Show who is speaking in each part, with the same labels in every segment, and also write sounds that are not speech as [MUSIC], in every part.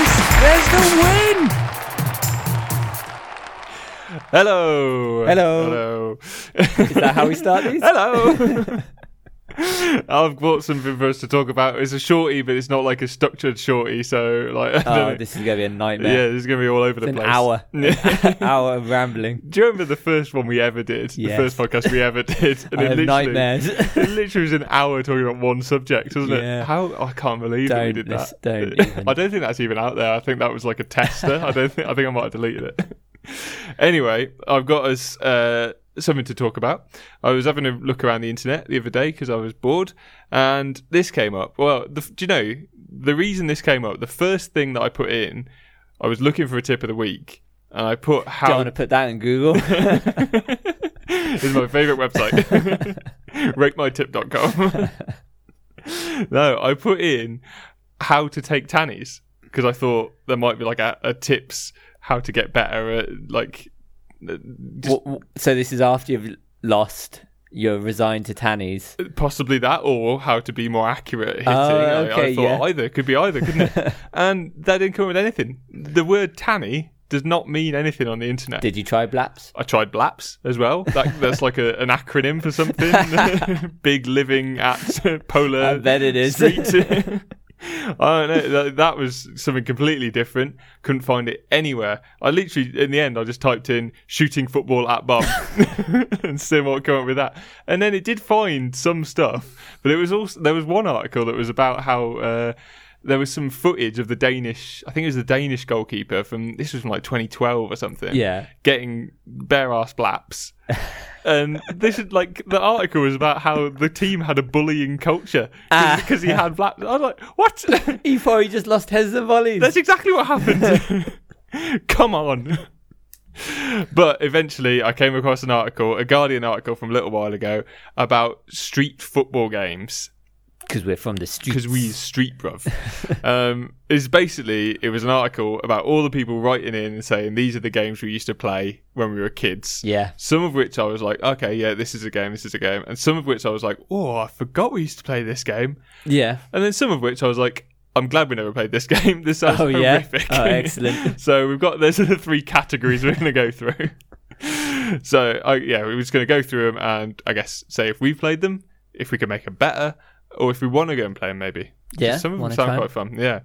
Speaker 1: with the win.
Speaker 2: Hello.
Speaker 1: Hello.
Speaker 2: Hello.
Speaker 1: Is that how we start
Speaker 2: [LAUGHS]
Speaker 1: these?
Speaker 2: Hello. I've brought something for us to talk about. It's a shorty, but it's not like a structured shorty. So, like, I [LAUGHS] don't know.
Speaker 1: Oh, this is gonna be a
Speaker 2: yeah,
Speaker 1: nightmare.
Speaker 2: this is gonna be all over the
Speaker 1: it's an
Speaker 2: place. [LAUGHS]
Speaker 1: hour,
Speaker 2: Yeah.
Speaker 1: [LAUGHS] hour of rambling.
Speaker 2: Do you remember the first one we ever did?
Speaker 1: Yes.
Speaker 2: The first podcast we ever [LAUGHS] did,
Speaker 1: I have
Speaker 2: literally-
Speaker 1: nightmares.
Speaker 2: [LAUGHS] It literally was an hour talking about one subject, wasn't
Speaker 1: Yeah.
Speaker 2: it? How I can't believe that we
Speaker 1: Don't
Speaker 2: did
Speaker 1: lis-
Speaker 2: that. [LAUGHS]
Speaker 1: don't even.
Speaker 2: I don't think that's even out there. I think that was like a tester. I don't think I think I might have deleted it. [LAUGHS] anyway, I've got us uh, something to talk about. I was having a look around the internet the other day because I was bored, and this came up. Well, the, do you know the reason this came up? The first thing that I put in, I was looking for a tip of the week, and I put
Speaker 1: Don't
Speaker 2: how
Speaker 1: want to put that
Speaker 2: [LAUGHS]
Speaker 1: in Google.
Speaker 2: this is my favorite website.
Speaker 1: [LAUGHS]
Speaker 2: RakeMyTip.com. no, I put in how to take tannies because I thought there might be like a, a tips how to get better at like. uh, Just
Speaker 1: W- w- so this is after you've lost, you're resigned to
Speaker 2: Uh,
Speaker 1: tannies.
Speaker 2: possibly that, or how to be more accurate at hitting.
Speaker 1: Oh,
Speaker 2: I, I
Speaker 1: okay,
Speaker 2: thought
Speaker 1: yeah.
Speaker 2: either could be either, couldn't
Speaker 1: [LAUGHS]
Speaker 2: it? and that didn't come with anything. The word tanny does not mean anything on the internet.
Speaker 1: Did you
Speaker 2: [LAUGHS]
Speaker 1: try blaps?
Speaker 2: I tried BLAPS as well. That, that's like a, an acronym for something.
Speaker 1: [LAUGHS]
Speaker 2: Big living at polar.
Speaker 1: I bet it is.
Speaker 2: Street. [LAUGHS] I don't know. That, that was something completely different. Couldn't find it anywhere. I literally, in the end, I just typed in shooting football at bum [LAUGHS] and see what came up with that. And then it did find some stuff, but it was also there was one article that was about how. Uh, there was some footage of the Danish, I think it was the Danish goalkeeper from, this was from like 2012 or something
Speaker 1: Yeah.
Speaker 2: getting bare ass
Speaker 1: [LAUGHS]
Speaker 2: blaps. And this is like the article was about how the team had a bullying culture
Speaker 1: Ah.
Speaker 2: because he had blaps. I was like,
Speaker 1: [LAUGHS]
Speaker 2: what?
Speaker 1: He probably just lost heads and volleys.
Speaker 2: That's exactly what happened. [LAUGHS] Come on. But eventually, I came across an article, a Guardian article from a little while ago, about street football games
Speaker 1: Because we're from the streets.
Speaker 2: because we street
Speaker 1: [LAUGHS]
Speaker 2: bruv. um, is basically it was an article about all the people writing in and saying these are the games we used to play when we were kids.
Speaker 1: Yeah.
Speaker 2: Some of which I was like, okay, yeah, this is a game, this is a game. And some of which I was like, oh, I forgot we used to play this game.
Speaker 1: Yeah.
Speaker 2: And then some of which I was like, I'm glad we never played this [LAUGHS] game. This sounds
Speaker 1: Oh, yeah?
Speaker 2: horrific. [LAUGHS]
Speaker 1: Oh, excellent.
Speaker 2: so we've got, those are [LAUGHS] the three categories we're going to go through. [LAUGHS] So, I, yeah, we're just going to go through them and I guess say if we've played them, if we can make them better, or if we want to go and play them maybe.
Speaker 1: Yeah.
Speaker 2: Some of them
Speaker 1: wanna
Speaker 2: sound
Speaker 1: try?
Speaker 2: quite fun, yeah.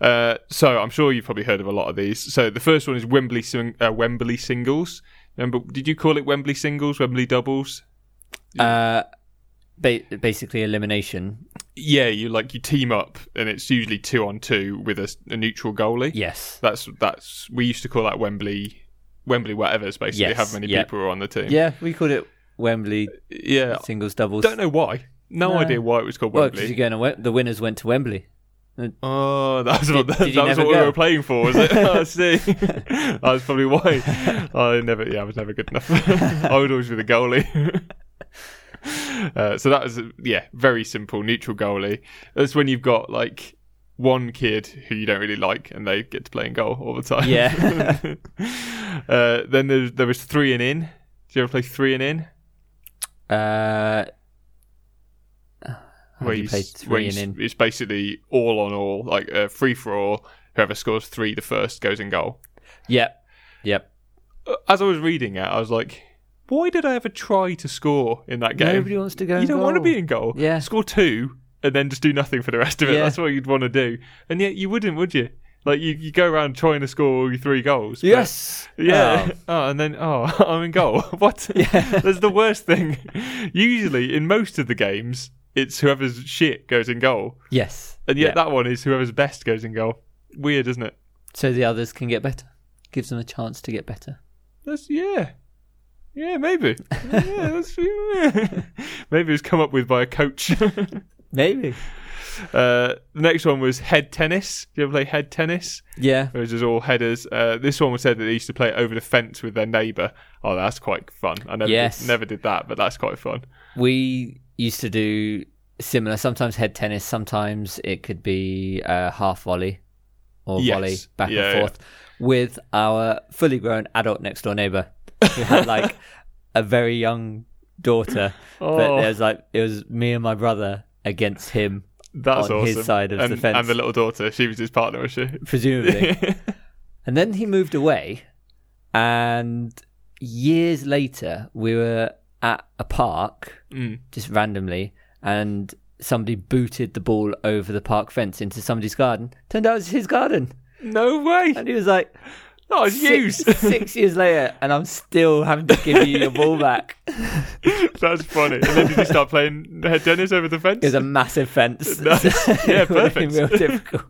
Speaker 2: Uh, so I'm sure you've probably heard of a lot of these. So the first one is Wembley sing- uh, Wembley singles. Remember, did you call it Wembley singles, Wembley doubles?
Speaker 1: Uh, ba- basically elimination.
Speaker 2: Yeah, you like you team up, and it's usually two on two with a, s- a neutral goalie.
Speaker 1: Yes.
Speaker 2: That's that's we used to call that Wembley, Wembley whatever's basically
Speaker 1: Yes,
Speaker 2: how many
Speaker 1: yeah.
Speaker 2: people are on the team.
Speaker 1: Yeah, we called it Wembley
Speaker 2: yeah.
Speaker 1: singles doubles.
Speaker 2: uh, Don't know why. No,
Speaker 1: No.
Speaker 2: idea why it was called
Speaker 1: Well,
Speaker 2: Wembley.
Speaker 1: because you're going to Wem- the winners went to Wembley.
Speaker 2: Oh, that was what, that,
Speaker 1: did you
Speaker 2: was
Speaker 1: never
Speaker 2: what we
Speaker 1: go?
Speaker 2: were playing for, was
Speaker 1: [LAUGHS]
Speaker 2: it? I see. [LAUGHS] that was probably why. I never, yeah, I was never good enough. [LAUGHS] I would always be the goalie. [LAUGHS] uh, so that was, uh, yeah, very simple, neutral goalie. That's when you've got like one kid who you don't really like and they get to play in goal all the time. [LAUGHS]
Speaker 1: Yeah. [LAUGHS]
Speaker 2: uh, then there, there was three and in. Did you ever play three and in?
Speaker 1: Uh,
Speaker 2: where
Speaker 1: you
Speaker 2: you,
Speaker 1: play
Speaker 2: s-
Speaker 1: three
Speaker 2: where you
Speaker 1: and
Speaker 2: s-
Speaker 1: in?
Speaker 2: It's basically all on all, like uh, free for all. Whoever scores three, the first goes in goal.
Speaker 1: yep, yep.
Speaker 2: Uh, As I was reading it, I was like, why did I ever try to score in that game?
Speaker 1: Nobody wants to go.
Speaker 2: you don't want to be in goal.
Speaker 1: Yeah.
Speaker 2: Score two and then just do nothing for the rest of it.
Speaker 1: Yeah.
Speaker 2: That's what you'd want to do. And yet you wouldn't, would you? Like you, you go around trying to score your three goals. but-
Speaker 1: Yes.
Speaker 2: Yeah. [LAUGHS] Oh. and then oh, I'm in goal. [LAUGHS] what? That's the worst thing. [LAUGHS] Usually in most of the games, it's whoever's shit goes in goal.
Speaker 1: Yes.
Speaker 2: And yet
Speaker 1: Yeah.
Speaker 2: that one is whoever's best goes in goal. Weird, isn't it?
Speaker 1: so the others can get better. Gives them a chance to get better.
Speaker 2: That's yeah. Yeah,
Speaker 1: [LAUGHS]
Speaker 2: maybe. Yeah, that's yeah. [LAUGHS] maybe it was come up with by a coach. [LAUGHS] uh,
Speaker 1: Maybe.
Speaker 2: the next one was head tennis. Do you ever play head tennis?
Speaker 1: Yeah.
Speaker 2: It was just all headers. Uh, this one was said that they used to play it over the fence with their neighbour. Oh, that's quite fun. I never
Speaker 1: Yes.
Speaker 2: did, never did that, but that's quite fun.
Speaker 1: We used to do similar. Sometimes head tennis. Sometimes it could be uh, half volley or
Speaker 2: Yes.
Speaker 1: volley back
Speaker 2: Yeah,
Speaker 1: and
Speaker 2: yeah.
Speaker 1: forth with our fully grown adult next door neighbour
Speaker 2: [LAUGHS]
Speaker 1: who had like a very young daughter. But
Speaker 2: Oh.
Speaker 1: there was like it was me and my brother against him
Speaker 2: That's
Speaker 1: on
Speaker 2: awesome.
Speaker 1: his side of the
Speaker 2: and,
Speaker 1: fence.
Speaker 2: and the little daughter, she was his partner, was she? [LAUGHS]
Speaker 1: presumably. And then he moved away, and years later, we were at a park
Speaker 2: Mm.
Speaker 1: just randomly, and somebody booted the ball over the park fence into somebody's garden. Turned out it was his garden,
Speaker 2: No way.
Speaker 1: and he was like,
Speaker 2: That was
Speaker 1: six,
Speaker 2: used. [LAUGHS]
Speaker 1: [LAUGHS] six years later, and I'm still having to give you your
Speaker 2: [LAUGHS]
Speaker 1: ball back. It
Speaker 2: That's funny. And then did you start playing head tennis over the fence?
Speaker 1: was a massive
Speaker 2: [LAUGHS]
Speaker 1: fence.
Speaker 2: Nice. Yeah,
Speaker 1: [LAUGHS] it would've been
Speaker 2: perfect. [LAUGHS]
Speaker 1: real difficult.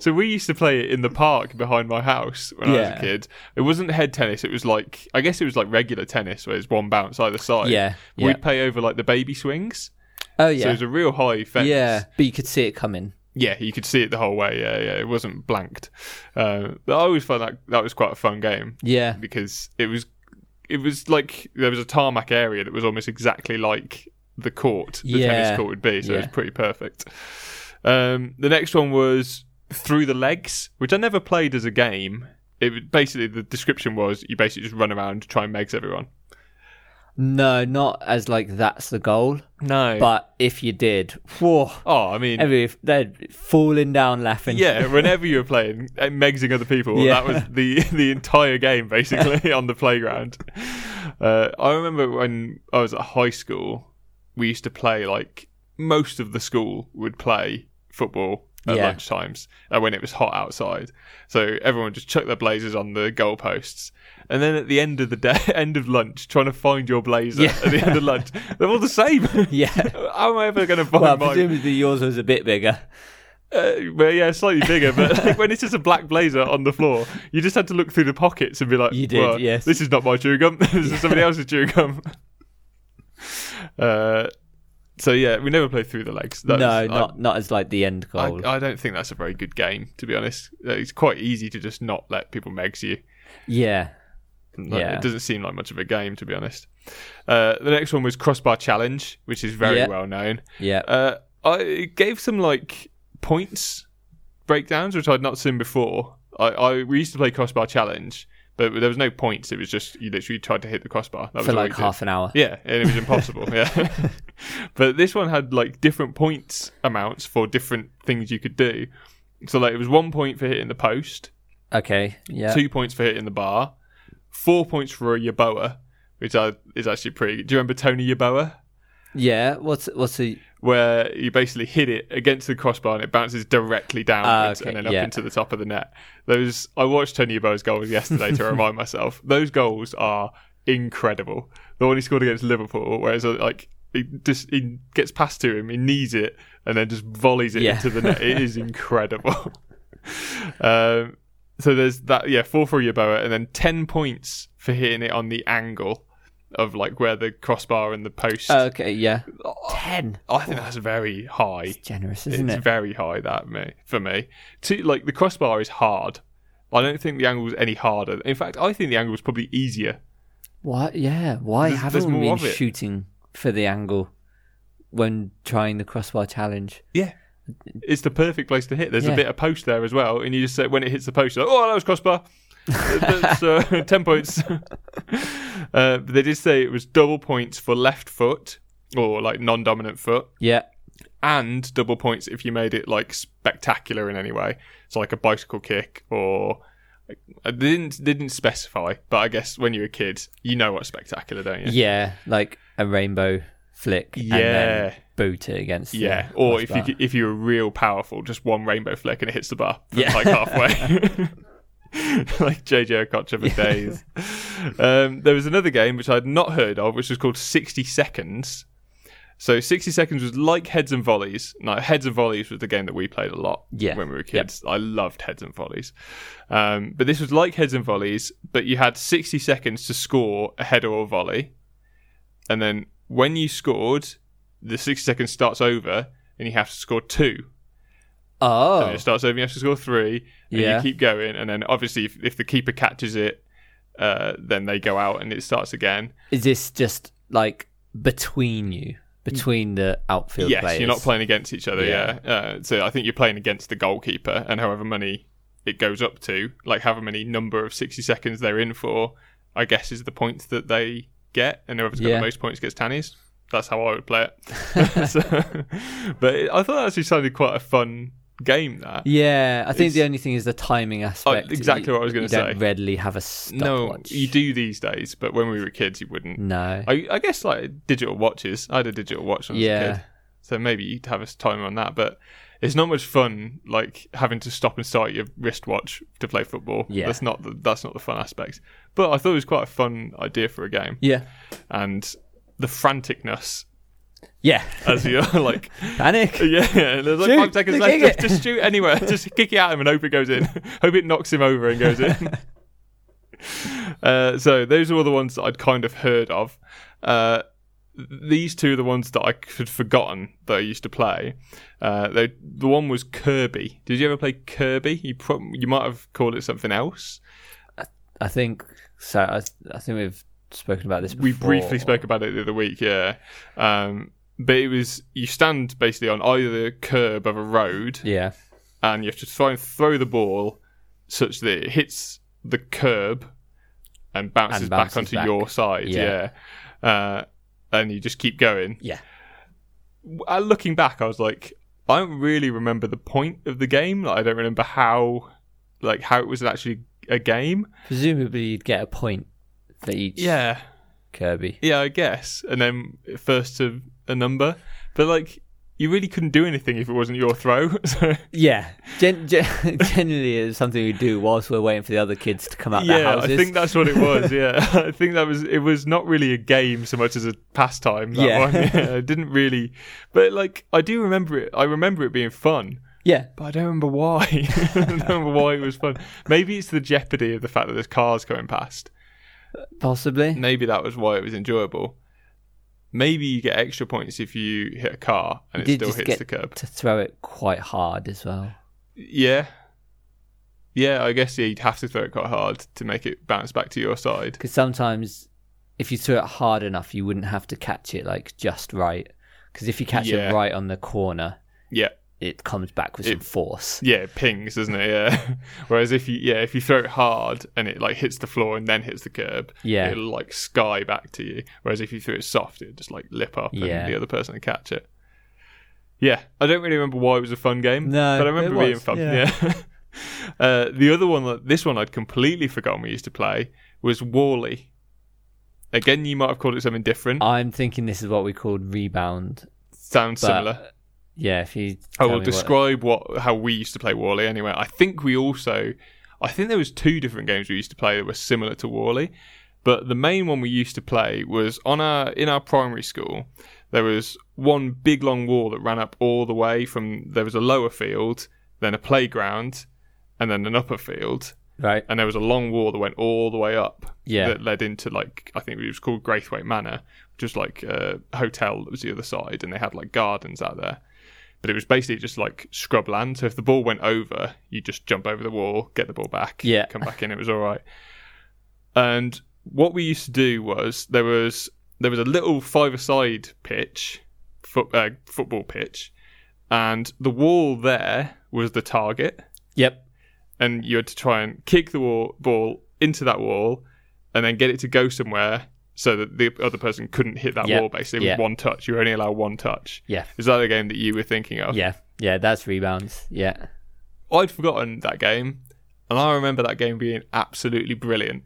Speaker 2: So we used to play it in the park behind my house when I was a
Speaker 1: Yeah.
Speaker 2: kid. It wasn't head tennis. It was like I guess it was like regular tennis, where it's one bounce either side.
Speaker 1: Yeah,
Speaker 2: We'd
Speaker 1: yeah.
Speaker 2: play over like the baby swings.
Speaker 1: Oh
Speaker 2: So it
Speaker 1: yeah,
Speaker 2: was a real high fence.
Speaker 1: yeah. But you could see it coming.
Speaker 2: Yeah, you could see it the whole way. Yeah, yeah. It wasn't blanked. Uh, but I always found that that was quite a fun game
Speaker 1: Yeah,
Speaker 2: because it was it was like there was a tarmac area that was almost exactly like the court, the tennis
Speaker 1: Yeah.
Speaker 2: court would be. So it
Speaker 1: Yeah.
Speaker 2: was pretty perfect. Um, the next one was through the legs, which I never played as a game. It was- basically the description was you basically just run around try and megs everyone.
Speaker 1: no, not as like that's the goal.
Speaker 2: No,
Speaker 1: But if you did, whoa,
Speaker 2: oh, I mean,
Speaker 1: every they'd falling down laughing.
Speaker 2: Yeah, whenever you were playing uh, megsing other people,
Speaker 1: Yeah.
Speaker 2: that was the the entire game
Speaker 1: [LAUGHS]
Speaker 2: basically on the playground. Uh, I remember when I was at high school, we used to play like most of the school would play football at
Speaker 1: Yeah.
Speaker 2: lunch lunchtimes uh, when it was hot outside. So everyone would just chuck their blazers on the goalposts. And then at the end of the day, [LAUGHS] end of lunch, trying to find your blazer
Speaker 1: Yeah.
Speaker 2: at the end of lunch, they're all the
Speaker 1: [LAUGHS]
Speaker 2: same.
Speaker 1: [LAUGHS] yeah.
Speaker 2: How am [LAUGHS] I ever going to find
Speaker 1: Well,
Speaker 2: mine?
Speaker 1: presumably yours was a bit bigger.
Speaker 2: Uh, well, yeah, slightly bigger, but like when it's just a black blazer on the floor, you just had to look through the pockets and be like,
Speaker 1: You did,
Speaker 2: "Well,
Speaker 1: yes.
Speaker 2: This is not my chewing gum. [LAUGHS] this is somebody else's chewing
Speaker 1: [LAUGHS]
Speaker 2: gum." Uh, so yeah, we never played through the legs. That
Speaker 1: no,
Speaker 2: was- I-
Speaker 1: not not as like the end
Speaker 2: I,
Speaker 1: goal.
Speaker 2: I don't think that's a very good game, to be honest. Uh, It's quite easy to just not let people megs you.
Speaker 1: yeah,
Speaker 2: Like,
Speaker 1: Yeah.
Speaker 2: It doesn't seem like much of a game, to be honest. Uh, the next one was crossbar challenge, which is very
Speaker 1: Yeah.
Speaker 2: well known.
Speaker 1: yeah.
Speaker 2: Uh, I it gave some like points breakdowns, which I'd not seen before. I, I we used to play crossbar challenge, but there was no points. It was just you literally tried to hit the crossbar. That was
Speaker 1: For
Speaker 2: all
Speaker 1: like
Speaker 2: you did.
Speaker 1: half an hour.
Speaker 2: Yeah, and it was impossible.
Speaker 1: [LAUGHS]
Speaker 2: yeah, but this one had like different points amounts for different things you could do. So like it was one point for hitting the post,
Speaker 1: Okay. Yeah.
Speaker 2: two points for hitting the bar, four points for a yaboa, which I, is actually pretty. Do you remember Tony Yaboa?
Speaker 1: Yeah. What's what's the
Speaker 2: where you basically hit it against the crossbar and it bounces directly downwards
Speaker 1: Ah, okay,
Speaker 2: and then up
Speaker 1: yeah.
Speaker 2: into the top of the net. Those I watched Tony Yeboah's
Speaker 1: [LAUGHS]
Speaker 2: goals yesterday to remind myself. Those goals are incredible. The one he scored against Liverpool, where it's uh, like he just he gets past to him, he knees it, and then just volleys it
Speaker 1: Yeah.
Speaker 2: into the net. It
Speaker 1: [LAUGHS]
Speaker 2: is incredible. [LAUGHS] um, so there's that, yeah, four for Yeboah, and then ten points for hitting it on the angle of like where the crossbar and the post.
Speaker 1: oh,
Speaker 2: Oh,
Speaker 1: Okay, yeah. Ten.
Speaker 2: I think that's very high.
Speaker 1: Generous, isn't
Speaker 2: it's
Speaker 1: it?
Speaker 2: very high that me for me. To like the crossbar is hard. I don't think the angle's any harder. In fact, I think the angle's probably easier.
Speaker 1: What? Yeah. Why
Speaker 2: There's- there's
Speaker 1: haven't we
Speaker 2: more
Speaker 1: been
Speaker 2: of it.
Speaker 1: shooting for the angle when trying the crossbar challenge?
Speaker 2: Yeah. It's the perfect place to hit. There's a
Speaker 1: Yeah.
Speaker 2: bit of post there as well, and you just say when it hits the post, you're like, "Oh, that was
Speaker 1: [LAUGHS]
Speaker 2: crossbar." That's uh, [LAUGHS] ten points. uh, but they did say it was double points for left foot or like non-dominant foot,
Speaker 1: Yeah.
Speaker 2: and double points if you made it like spectacular in any way. So like a bicycle kick or I didn't they didn't specify, but I guess when you're a kid, you know what's spectacular, don't you?
Speaker 1: Yeah. Like a rainbow flick. And then
Speaker 2: Yeah.
Speaker 1: boot it against. the
Speaker 2: Yeah, or if you
Speaker 1: crossbar.
Speaker 2: could- if you're real powerful, just one rainbow flick and it hits the bar from,
Speaker 1: Yeah.
Speaker 2: like halfway,
Speaker 1: [LAUGHS]
Speaker 2: [LAUGHS] like JJ Okocha for days. Um, there was another game which I'd not heard of, which was called 60 Seconds. So 60 Seconds was like Heads and Volleys. No, Heads and Volleys was the game that we played a lot
Speaker 1: Yeah.
Speaker 2: when we were
Speaker 1: Yep.
Speaker 2: kids. I loved Heads and Volleys. Um, but this was like Heads and Volleys, but you had 60 seconds to score a header or volley. And then when you scored, the 60 seconds starts over and you have to score two.
Speaker 1: Oh.
Speaker 2: And it starts over and you have to score three. And
Speaker 1: Yeah.
Speaker 2: you keep going. And then obviously, if, if the keeper catches it, uh, then they go out and it starts again.
Speaker 1: Is this just like between you, between the outfield
Speaker 2: yes,
Speaker 1: players?
Speaker 2: you're not playing against each other. Yeah.
Speaker 1: Yeah.
Speaker 2: Uh, so I think you're playing against the goalkeeper and however many it goes up to, like however many number of 60 seconds they're in for, I guess is the points that they get. And whoever's got
Speaker 1: Yeah.
Speaker 2: the most points gets Tannies.
Speaker 1: [LAUGHS]
Speaker 2: [LAUGHS] That's how I would play it. So- but it, I thought that actually sounded quite a fun game. That
Speaker 1: Yeah, I think the
Speaker 2: It's- Oh,
Speaker 1: only thing is the timing aspect.
Speaker 2: exactly
Speaker 1: You-
Speaker 2: what I was gonna
Speaker 1: you
Speaker 2: say.
Speaker 1: Don't readily have a
Speaker 2: no,
Speaker 1: stopwatch.
Speaker 2: you do these days, but when we were kids, you wouldn't.
Speaker 1: No.
Speaker 2: I, I guess like digital watches. I had a digital watch when I was a
Speaker 1: Yeah.
Speaker 2: kid, so maybe you'd have a timer on that. But it's not much fun like having to stop and start your wristwatch to play football.
Speaker 1: Yeah.
Speaker 2: that's not the, that's not the fun aspect. But I thought it was quite a fun idea for a game,
Speaker 1: yeah.
Speaker 2: and the franticness
Speaker 1: Yeah.
Speaker 2: as you're [LAUGHS] like,
Speaker 1: [LAUGHS] Panic.
Speaker 2: [LAUGHS] yeah, and there's like
Speaker 1: Shoot,
Speaker 2: five seconds left.
Speaker 1: kick
Speaker 2: Just,
Speaker 1: it.
Speaker 2: just shoot anywhere. [LAUGHS] just kick it at him and hope it goes in. [LAUGHS] hope it knocks him over and goes in.
Speaker 1: [LAUGHS]
Speaker 2: Uh, so those are all the ones that I'd kind of heard of. Uh, these two are the ones that I had forgotten that I used to play. Uh, they, the one was Kirby. Did you ever play Kirby? You prob- you might have called it something else.
Speaker 1: I think so. I, I think we've spoken about this. Before.
Speaker 2: We briefly spoke about it the other week, yeah. Um, but it was you stand basically on either curb of a road,
Speaker 1: Yeah.
Speaker 2: and you have to try and throw the ball such that it hits the curb and bounces,
Speaker 1: And
Speaker 2: back
Speaker 1: bounces
Speaker 2: onto
Speaker 1: back.
Speaker 2: your side. Yeah.
Speaker 1: Yeah.
Speaker 2: Uh, and you just keep going.
Speaker 1: Yeah.
Speaker 2: W- uh, Looking back, I was like, I don't really remember the point of the game. Like, I don't remember how, like, how it was actually a game.
Speaker 1: Presumably, you'd get a point for each
Speaker 2: Yeah.
Speaker 1: Kirby.
Speaker 2: Yeah, I guess. And then first to a number. But, like, you really couldn't do anything if it wasn't your throw. [LAUGHS] so.
Speaker 1: Yeah. Gen- gen- [LAUGHS] generally, it's something we do whilst we're waiting for the other kids to come out their
Speaker 2: yeah, I
Speaker 1: houses.
Speaker 2: think that's what it was.
Speaker 1: [LAUGHS]
Speaker 2: Yeah, [LAUGHS] I think that was it. Was not really a game so much as a pastime. That
Speaker 1: Yeah.
Speaker 2: one. [LAUGHS]
Speaker 1: [LAUGHS]
Speaker 2: yeah, it didn't really. But like, I do remember it. I remember it being fun,
Speaker 1: yeah.
Speaker 2: but I don't remember why. [LAUGHS] I don't remember why it was fun. Maybe it's the jeopardy of the fact that there's cars going past.
Speaker 1: Possibly.
Speaker 2: Maybe that was why it was enjoyable. Maybe you get extra points if you hit a car and it
Speaker 1: did
Speaker 2: still
Speaker 1: just
Speaker 2: hits
Speaker 1: get
Speaker 2: the curb.
Speaker 1: to throw it quite hard as well.
Speaker 2: Yeah. Yeah, I guess yeah, you'd have to throw it quite hard to make it bounce back to your side.
Speaker 1: Because sometimes, if you threw it hard enough, you wouldn't have to catch it like just right. Because if you catch
Speaker 2: Yeah.
Speaker 1: it right on the corner,
Speaker 2: Yeah.
Speaker 1: it comes back with some force.
Speaker 2: yeah it pings doesn't it yeah [LAUGHS] whereas if you yeah if you throw it hard and it like hits the floor and then hits the curb
Speaker 1: Yeah.
Speaker 2: it'll like sky back to you whereas if you threw it soft it'd just like lip up
Speaker 1: Yeah.
Speaker 2: and the other person would catch it yeah i don't really remember why it was a fun game
Speaker 1: No,
Speaker 2: but i remember
Speaker 1: it
Speaker 2: being
Speaker 1: was,
Speaker 2: fun yeah,
Speaker 1: yeah.
Speaker 2: [LAUGHS] uh, the other one that this one i'd completely forgotten we used to play was wally again you might have called it something different
Speaker 1: I'm thinking this is what we called rebound.
Speaker 2: sounds
Speaker 1: Uh, but-
Speaker 2: similar
Speaker 1: Yeah, if you.
Speaker 2: I
Speaker 1: tell
Speaker 2: will
Speaker 1: me what-
Speaker 2: describe what... how we used to play Wally anyway. I think we also I think there was two different games we used to play that were similar to Wally, but the main one we used to play was on our in our primary school. There was one big long wall that ran up all the way from there was a lower field, then a playground, and then an upper field,
Speaker 1: Right.
Speaker 2: and there was a long wall that went all the way up
Speaker 1: Yeah.
Speaker 2: that led into like I think it was called Graithwaite Manor, which was like a hotel that was the other side, and they had like gardens out there. But it was basically just like scrub land. So if the ball went over, you just jump over the wall, get the ball back,
Speaker 1: Yeah.
Speaker 2: come back in. It was all right. And what we used to do was there was there was a little five-a-side pitch, foot, uh, football pitch, and the wall there was the target
Speaker 1: Yep.
Speaker 2: and you had to try and kick the wall, ball into that wall and then get it to go somewhere so that the other person couldn't hit that
Speaker 1: Yeah,
Speaker 2: wall basically
Speaker 1: yeah.
Speaker 2: with one touch. You were only allowed one touch.
Speaker 1: Yeah.
Speaker 2: Is that the game that you were thinking of?
Speaker 1: Yeah. Yeah. That's rebounds. Yeah.
Speaker 2: I'd forgotten that game and I remember that game being absolutely brilliant.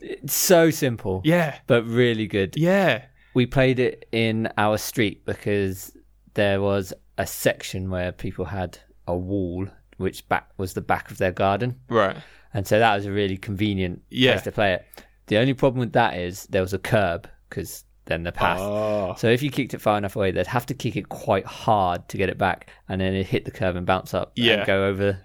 Speaker 1: It's so simple,
Speaker 2: Yeah.
Speaker 1: but really good.
Speaker 2: Yeah.
Speaker 1: we played it in our street because there was a section where people had a wall which back was the back of their garden
Speaker 2: Right.
Speaker 1: and so that was a really convenient
Speaker 2: Yeah.
Speaker 1: place to play it the only problem with that is there was a curb because then the path
Speaker 2: Oh.
Speaker 1: so if you kicked it far enough away they'd have to kick it quite hard to get it back and then it hit the curb and bounce up
Speaker 2: Yeah.
Speaker 1: and go over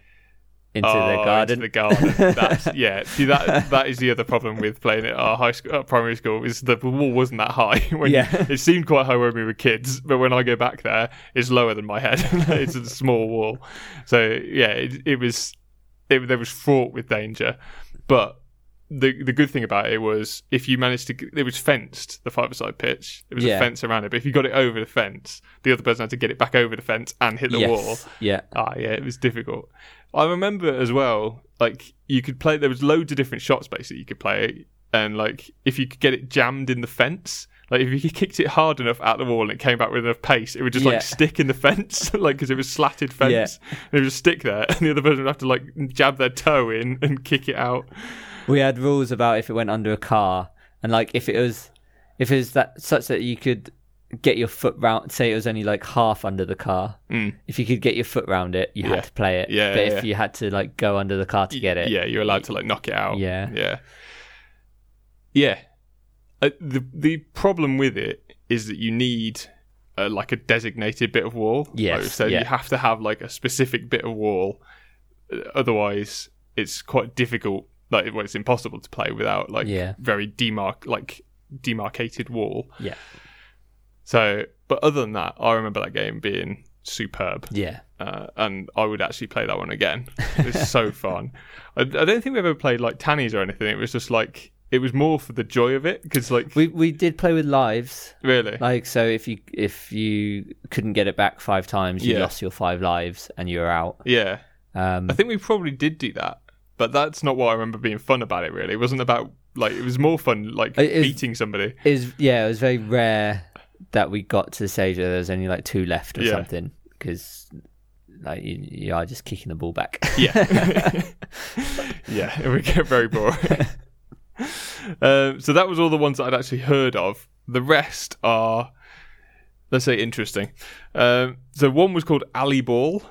Speaker 1: into
Speaker 2: Oh,
Speaker 1: their garden
Speaker 2: the garden. That's,
Speaker 1: [LAUGHS]
Speaker 2: yeah. See that that is the other problem with playing at our high school, our primary school, is the wall wasn't that high. [LAUGHS] When
Speaker 1: Yeah.
Speaker 2: it seemed quite high when we were kids, but when I go back there, it's lower than my head. [LAUGHS] it's a small wall, so yeah, it, it was it, there was fraught with danger, but. The, the good thing about it was if you managed to it was fenced the five side pitch there was a
Speaker 1: Yeah.
Speaker 2: fence around it but if you got it over the fence the other person had to get it back over the fence and hit the
Speaker 1: yes.
Speaker 2: wall
Speaker 1: yeah
Speaker 2: Ah, yeah, it was difficult. I remember as well, like you could play. There was loads of different shots basically you could play, and like if you could get it jammed in the fence, Like if you [LAUGHS] kicked it hard enough at the wall and it came back with enough pace, it would just
Speaker 1: Yeah.
Speaker 2: like stick in the fence, [LAUGHS] like because it was slatted fence. And it would just stick there, [LAUGHS] and the other person would have to like jab their toe in and kick it out.
Speaker 1: We had rules about if it went under a car and like if it was if it was that such that you could get your foot round say it was only like half under the car.
Speaker 2: Mm.
Speaker 1: If you could get your foot round it, you
Speaker 2: Yeah.
Speaker 1: had to play it.
Speaker 2: Yeah,
Speaker 1: but
Speaker 2: yeah.
Speaker 1: if you had to like go under the car to get it.
Speaker 2: Yeah, you're allowed to like knock it out.
Speaker 1: Yeah.
Speaker 2: yeah, yeah. Uh, the the problem with it is that you need uh, like a designated bit of wall.
Speaker 1: Yes,
Speaker 2: Like, so
Speaker 1: yeah.
Speaker 2: you have to have like a specific bit of wall. Uh, Otherwise, it's quite difficult. Like, well, it's impossible to play without like
Speaker 1: Yeah.
Speaker 2: very demarc like demarcated wall.
Speaker 1: Yeah.
Speaker 2: So, but other than that, I remember that game being superb
Speaker 1: Yeah.
Speaker 2: uh, and I would actually play that one again. It's
Speaker 1: [LAUGHS]
Speaker 2: so fun. I, I don't think we ever played like Tannies or anything. It was just like it was more for the joy of it because like
Speaker 1: We we did play with lives.
Speaker 2: really
Speaker 1: Like so if you if you couldn't get it back five times, you
Speaker 2: Yeah.
Speaker 1: lost your five lives and you were out.
Speaker 2: yeah.
Speaker 1: Um
Speaker 2: I think we probably did do that, but that's not what I remember being fun about it. Really, it wasn't about like it was more fun like
Speaker 1: It is-
Speaker 2: beating somebody.
Speaker 1: is yeah, it was very rare that we got to the stage where there was only like two left or
Speaker 2: Yeah.
Speaker 1: something because like you, you are just kicking the ball
Speaker 2: [LAUGHS]
Speaker 1: back. [LAUGHS]
Speaker 2: Yeah. yeah, it would get very boring. um, so that was all the ones that I'd actually heard of. The rest are, let's say, interesting. Um, so one was called Alley Ball,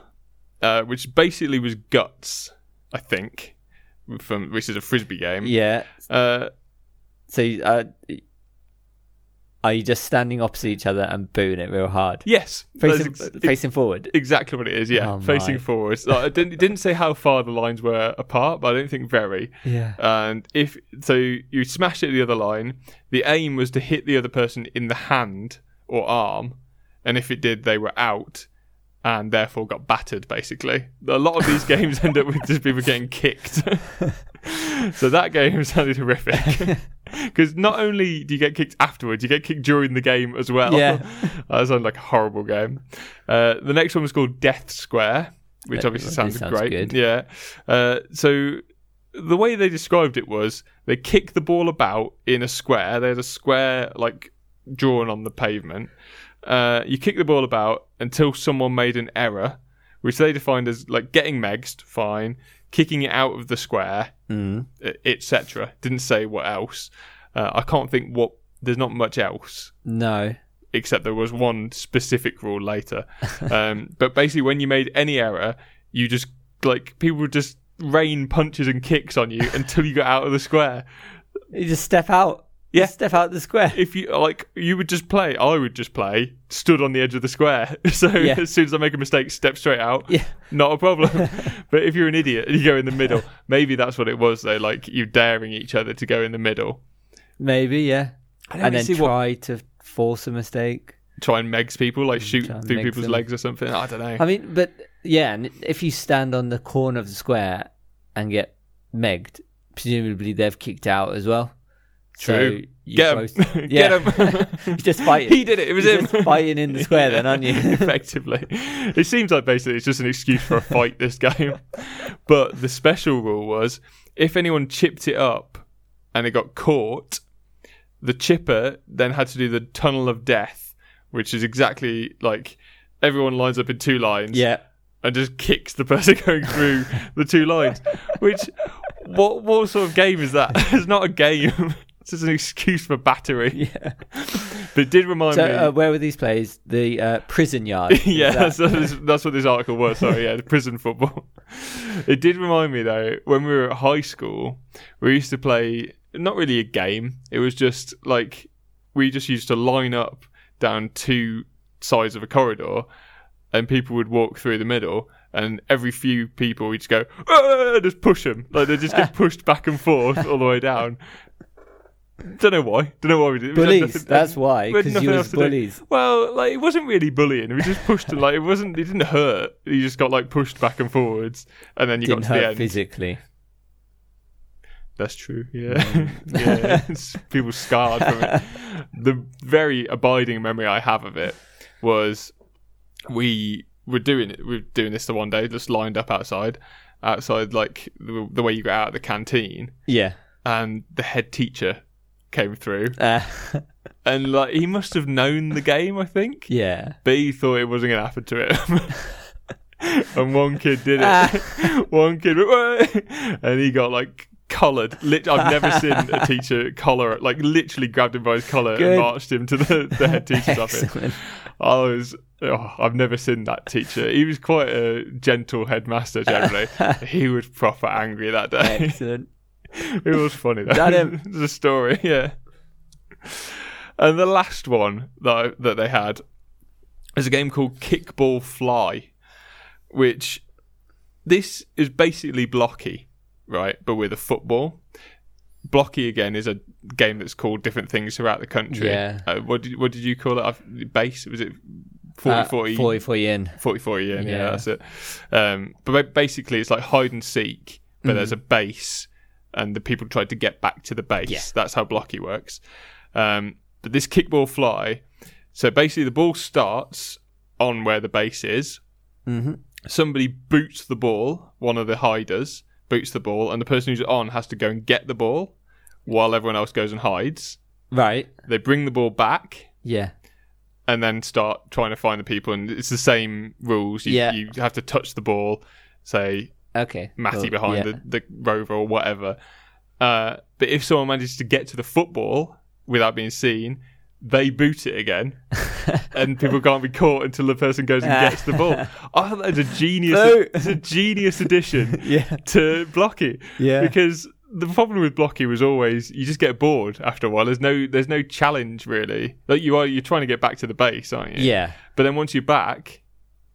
Speaker 2: uh, which basically was guts, I think, from which is a frisbee game.
Speaker 1: yeah.
Speaker 2: Uh,
Speaker 1: So uh, are you just standing opposite each other and booing it real hard,
Speaker 2: yes,
Speaker 1: facing,
Speaker 2: that's [LAUGHS] ex-
Speaker 1: facing forward?
Speaker 2: Exactly what it is, yeah.
Speaker 1: Oh, my.
Speaker 2: Facing forwards. Like, I didn't, it didn't say how far the lines were apart, but I don't think very.
Speaker 1: Yeah.
Speaker 2: and if so you smash it at the other line the aim was to hit the other person in the hand or arm and if it did they were out and therefore got battered basically a lot of these games end up with just people getting
Speaker 1: [LAUGHS]
Speaker 2: kicked so that game [LAUGHS] sounded
Speaker 1: [LAUGHS]
Speaker 2: horrific because not only do you get kicked afterwards you get kicked during the game as well
Speaker 1: Yeah.
Speaker 2: [LAUGHS] that sounded like a horrible game uh, the next one was called death square which
Speaker 1: That
Speaker 2: obviously
Speaker 1: sounds
Speaker 2: sounds, great
Speaker 1: good.
Speaker 2: yeah uh, so the way they described it was they kick the ball about in a square. There's a square like drawn on the pavement. Uh, you kick the ball about until someone made an error, which they defined as like getting megged, fine, kicking it out of the square,
Speaker 1: Mm.
Speaker 2: e- etc. Didn't say what else. Uh, I can't think what. There's not much else
Speaker 1: No.
Speaker 2: except there was one specific rule
Speaker 1: [LAUGHS]
Speaker 2: later. Um, but basically, when you made any error, you just like people would just rain punches and kicks on
Speaker 1: [LAUGHS]
Speaker 2: you until you got out of the square.
Speaker 1: You just step out.
Speaker 2: Yeah.
Speaker 1: Just step out the square.
Speaker 2: If you like, you would just play. I would just play stood on the edge of the square. [LAUGHS] So
Speaker 1: Yeah.
Speaker 2: as soon as I make a mistake, step straight out.
Speaker 1: [LAUGHS] Yeah.
Speaker 2: Not a problem.
Speaker 1: [LAUGHS]
Speaker 2: but if you're an idiot and you go in the middle, maybe that's what it was though. Like you daring each other to go in the middle.
Speaker 1: Maybe, yeah. And then
Speaker 2: see what-
Speaker 1: try to force a mistake.
Speaker 2: Try and megs people, like shoot
Speaker 1: Mm, Try and
Speaker 2: through
Speaker 1: meg
Speaker 2: people's
Speaker 1: them.
Speaker 2: legs or something. I don't know.
Speaker 1: I mean, but yeah, and if you stand on the corner of the square and get megged, presumably they've kicked out as well.
Speaker 2: True.
Speaker 1: So
Speaker 2: [LAUGHS]
Speaker 1: you
Speaker 2: Get
Speaker 1: both-
Speaker 2: him.
Speaker 1: Yeah.
Speaker 2: Get him.
Speaker 1: [LAUGHS] You're just fighting.
Speaker 2: He did it. It was
Speaker 1: You're
Speaker 2: him.
Speaker 1: just fighting
Speaker 2: [LAUGHS]
Speaker 1: in the square, then, aren't you?
Speaker 2: Effectively, it seems like basically it's just an excuse for a fight. This game, but the special rule was if anyone chipped it up and it got caught, the chipper then had to do the tunnel of death, which is exactly like everyone lines up in two lines
Speaker 1: [LAUGHS] Yeah.
Speaker 2: and just kicks the person [LAUGHS] going through the two lines. Which, what what sort of game is that? [LAUGHS] it's not a game. [LAUGHS] It's just an excuse for battery.
Speaker 1: Yeah.
Speaker 2: But it did remind
Speaker 1: So
Speaker 2: me.
Speaker 1: uh, where were these plays? The uh,
Speaker 2: [LAUGHS]
Speaker 1: prison yard.
Speaker 2: yeah,
Speaker 1: Is
Speaker 2: that's,
Speaker 1: that-
Speaker 2: that's, that's what this article was. Sorry, yeah, [LAUGHS] the prison football. It did remind me though, when we were at high school, we used to play not really a game. It was just like we just used to line up down two sides of a corridor, and people would walk through the middle. And every few people, we just go, "Ah," and just push them. Like they just
Speaker 1: [LAUGHS]
Speaker 2: get pushed back and forth all the way down. Don't know why. Don't know why we did. it. We had
Speaker 1: bullies.
Speaker 2: nothing-
Speaker 1: That's why,
Speaker 2: we had
Speaker 1: because
Speaker 2: nothing
Speaker 1: you
Speaker 2: else
Speaker 1: was
Speaker 2: to do.
Speaker 1: bullies.
Speaker 2: well, like it wasn't really bullying. We just
Speaker 1: [LAUGHS]
Speaker 2: pushed like it wasn't. It didn't hurt. You just got like pushed back and forwards, and then you
Speaker 1: Didn't
Speaker 2: got to the
Speaker 1: hurt
Speaker 2: end.
Speaker 1: physically.
Speaker 2: That's true. Yeah, [LAUGHS] yeah. It's- People scarred from
Speaker 1: [LAUGHS]
Speaker 2: it. The very abiding memory I have of it was we were doing it. We were doing this the one day, just lined up outside, outside like the, the way you got out of the canteen,
Speaker 1: Yeah.
Speaker 2: and the head teacher came through,
Speaker 1: Uh, [LAUGHS]
Speaker 2: and like he must have known the game, I think, [LAUGHS]
Speaker 1: yeah.
Speaker 2: but he thought it wasn't gonna happen to him. [LAUGHS] and one kid did it.
Speaker 1: Ah.
Speaker 2: one kid, went, "Whoa!" and he got like collared. Lit- I've never seen
Speaker 1: [LAUGHS]
Speaker 2: a teacher collar like literally grabbed him by his collar
Speaker 1: Good.
Speaker 2: and marched him to the, the
Speaker 1: [LAUGHS]
Speaker 2: head teacher's office.
Speaker 1: Excellent.
Speaker 2: I was. Oh, I've never seen that teacher. He was quite a gentle headmaster
Speaker 1: [LAUGHS]
Speaker 2: generally. he was proper angry that day. [LAUGHS]
Speaker 1: Excellent.
Speaker 2: it was funny though.
Speaker 1: Got him.
Speaker 2: [LAUGHS] it's a story, yeah. And the last one that I, that they had is a game called Kickball Fly, which this is basically blocky, right? But with a football. Blocky again is a game that's called different things throughout the country.
Speaker 1: Yeah.
Speaker 2: Uh, what did what did you call it? I've, base was it 40,
Speaker 1: Uh,
Speaker 2: 40,
Speaker 1: 40, 40 in.
Speaker 2: 44 yen, yeah,
Speaker 1: Yeah.
Speaker 2: that's it. Um, but ba- basically, it's like hide and seek, but there's a base, and the people tried to get back to the base.
Speaker 1: Yeah.
Speaker 2: That's how blocky works. Um, but this kickball fly, so basically, the ball starts on where the base is.
Speaker 1: hmm
Speaker 2: Somebody boots the ball, one of the hiders boots the ball, and the person who's on has to go and get the ball while everyone else goes and hides.
Speaker 1: Right.
Speaker 2: They bring the ball back,
Speaker 1: Yeah.
Speaker 2: and then start trying to find the people. And it's the same rules. You,
Speaker 1: Yeah.
Speaker 2: you have to touch the ball, say
Speaker 1: Okay.
Speaker 2: Matty
Speaker 1: cool.
Speaker 2: behind
Speaker 1: Oh, Yeah.
Speaker 2: the, the rover or whatever. Uh, but if someone manages to get to the football without being seen, they boot it
Speaker 1: [LAUGHS]
Speaker 2: again, and people can't be caught until the person goes and gets the ball. I thought that was a genius.
Speaker 1: Uh. [LAUGHS] No.
Speaker 2: It's a genius addition
Speaker 1: [LAUGHS] Yeah.
Speaker 2: to Blocky.
Speaker 1: Yeah.
Speaker 2: Because the problem with Blocky was always you just get bored after a while. There's no there's no challenge really. Like you are you're trying to get back to the base, aren't you?
Speaker 1: [LAUGHS] Yeah.
Speaker 2: But then once you're back,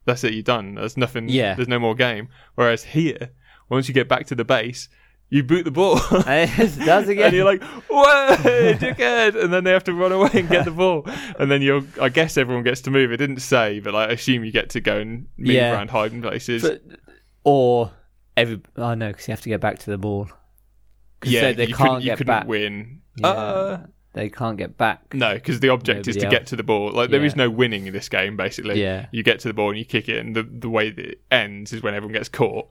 Speaker 2: that's it, you're done. There's nothing
Speaker 1: Yeah.
Speaker 2: there's no more game. Whereas here, once you get back to the base, you boot the
Speaker 1: [LAUGHS]
Speaker 2: ball. [LAUGHS]
Speaker 1: It does again.
Speaker 2: And you're like, "Whoa, dickhead!" And then they have to run away and get the ball. And then you're—I guess everyone gets to move. It didn't say, but I assume you get to go and move
Speaker 1: Yeah.
Speaker 2: around hiding places.
Speaker 1: But- or every. Oh no, because you have to go back to the ball. 'Cause they, they
Speaker 2: you couldn't-
Speaker 1: can't
Speaker 2: you
Speaker 1: get
Speaker 2: couldn't
Speaker 1: back.
Speaker 2: win.
Speaker 1: Yeah.
Speaker 2: Uh,
Speaker 1: They can't get back.
Speaker 2: [LAUGHS] No, because the object is to
Speaker 1: Nobody
Speaker 2: get
Speaker 1: else.
Speaker 2: to the ball. Like there
Speaker 1: Yeah.
Speaker 2: is no winning in this game. Basically,
Speaker 1: Yeah.
Speaker 2: you get to the ball and you kick it, and the, the way that it ends is when everyone gets caught.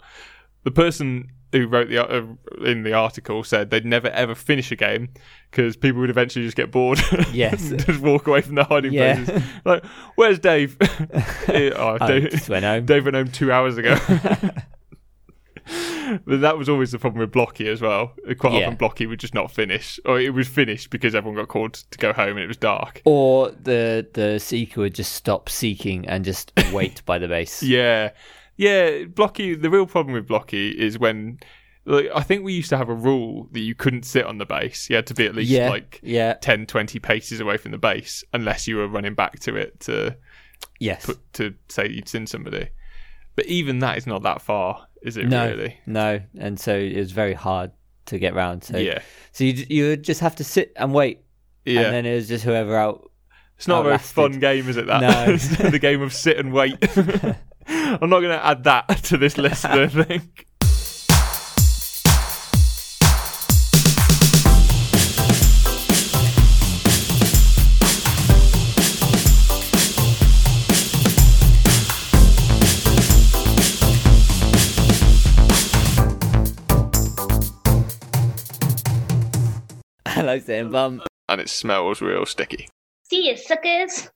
Speaker 2: The person who wrote the uh, in the article said they'd never ever finish a game because people would eventually just get bored.
Speaker 1: Yes.
Speaker 2: and [LAUGHS] just walk away from the hiding
Speaker 1: Yeah.
Speaker 2: places. Like, where's
Speaker 1: [LAUGHS]
Speaker 2: Dave? [LAUGHS] Eh, oh,
Speaker 1: I
Speaker 2: Dave,
Speaker 1: [LAUGHS] just went home.
Speaker 2: Dave went home two hours
Speaker 1: [LAUGHS]
Speaker 2: ago. but that was always the problem with Blocky as well. Quite
Speaker 1: Yeah.
Speaker 2: often, Blocky would just not finish, or it was finished because everyone got called to go home and it was dark.
Speaker 1: Or the the seeker would just stop seeking and just wait by the
Speaker 2: [LAUGHS]
Speaker 1: base.
Speaker 2: Yeah, yeah. Blocky. The real problem with Blocky is when, like, I think we used to have a rule that you couldn't sit on the base. You had to be at least
Speaker 1: yeah,
Speaker 2: like
Speaker 1: yeah,
Speaker 2: 10, 20 paces away from the base, unless you were running back to it to
Speaker 1: yes.
Speaker 2: to say you'd seen somebody. But even that is not that far, is it?
Speaker 1: no,
Speaker 2: Really?
Speaker 1: no, and so it was very hard to get round. So
Speaker 2: Yeah.
Speaker 1: so you you would just have to sit and wait,
Speaker 2: Yeah.
Speaker 1: and then it was just whoever out. [LAUGHS]
Speaker 2: It's not a very
Speaker 1: outlasted.
Speaker 2: fun game, is it? That [LAUGHS]
Speaker 1: No.
Speaker 2: It's the game of sit and wait. I'm not going to add that to this list. I don't think.
Speaker 1: Hello, sitting bum.
Speaker 2: And it smells real sticky.
Speaker 3: See you, suckers.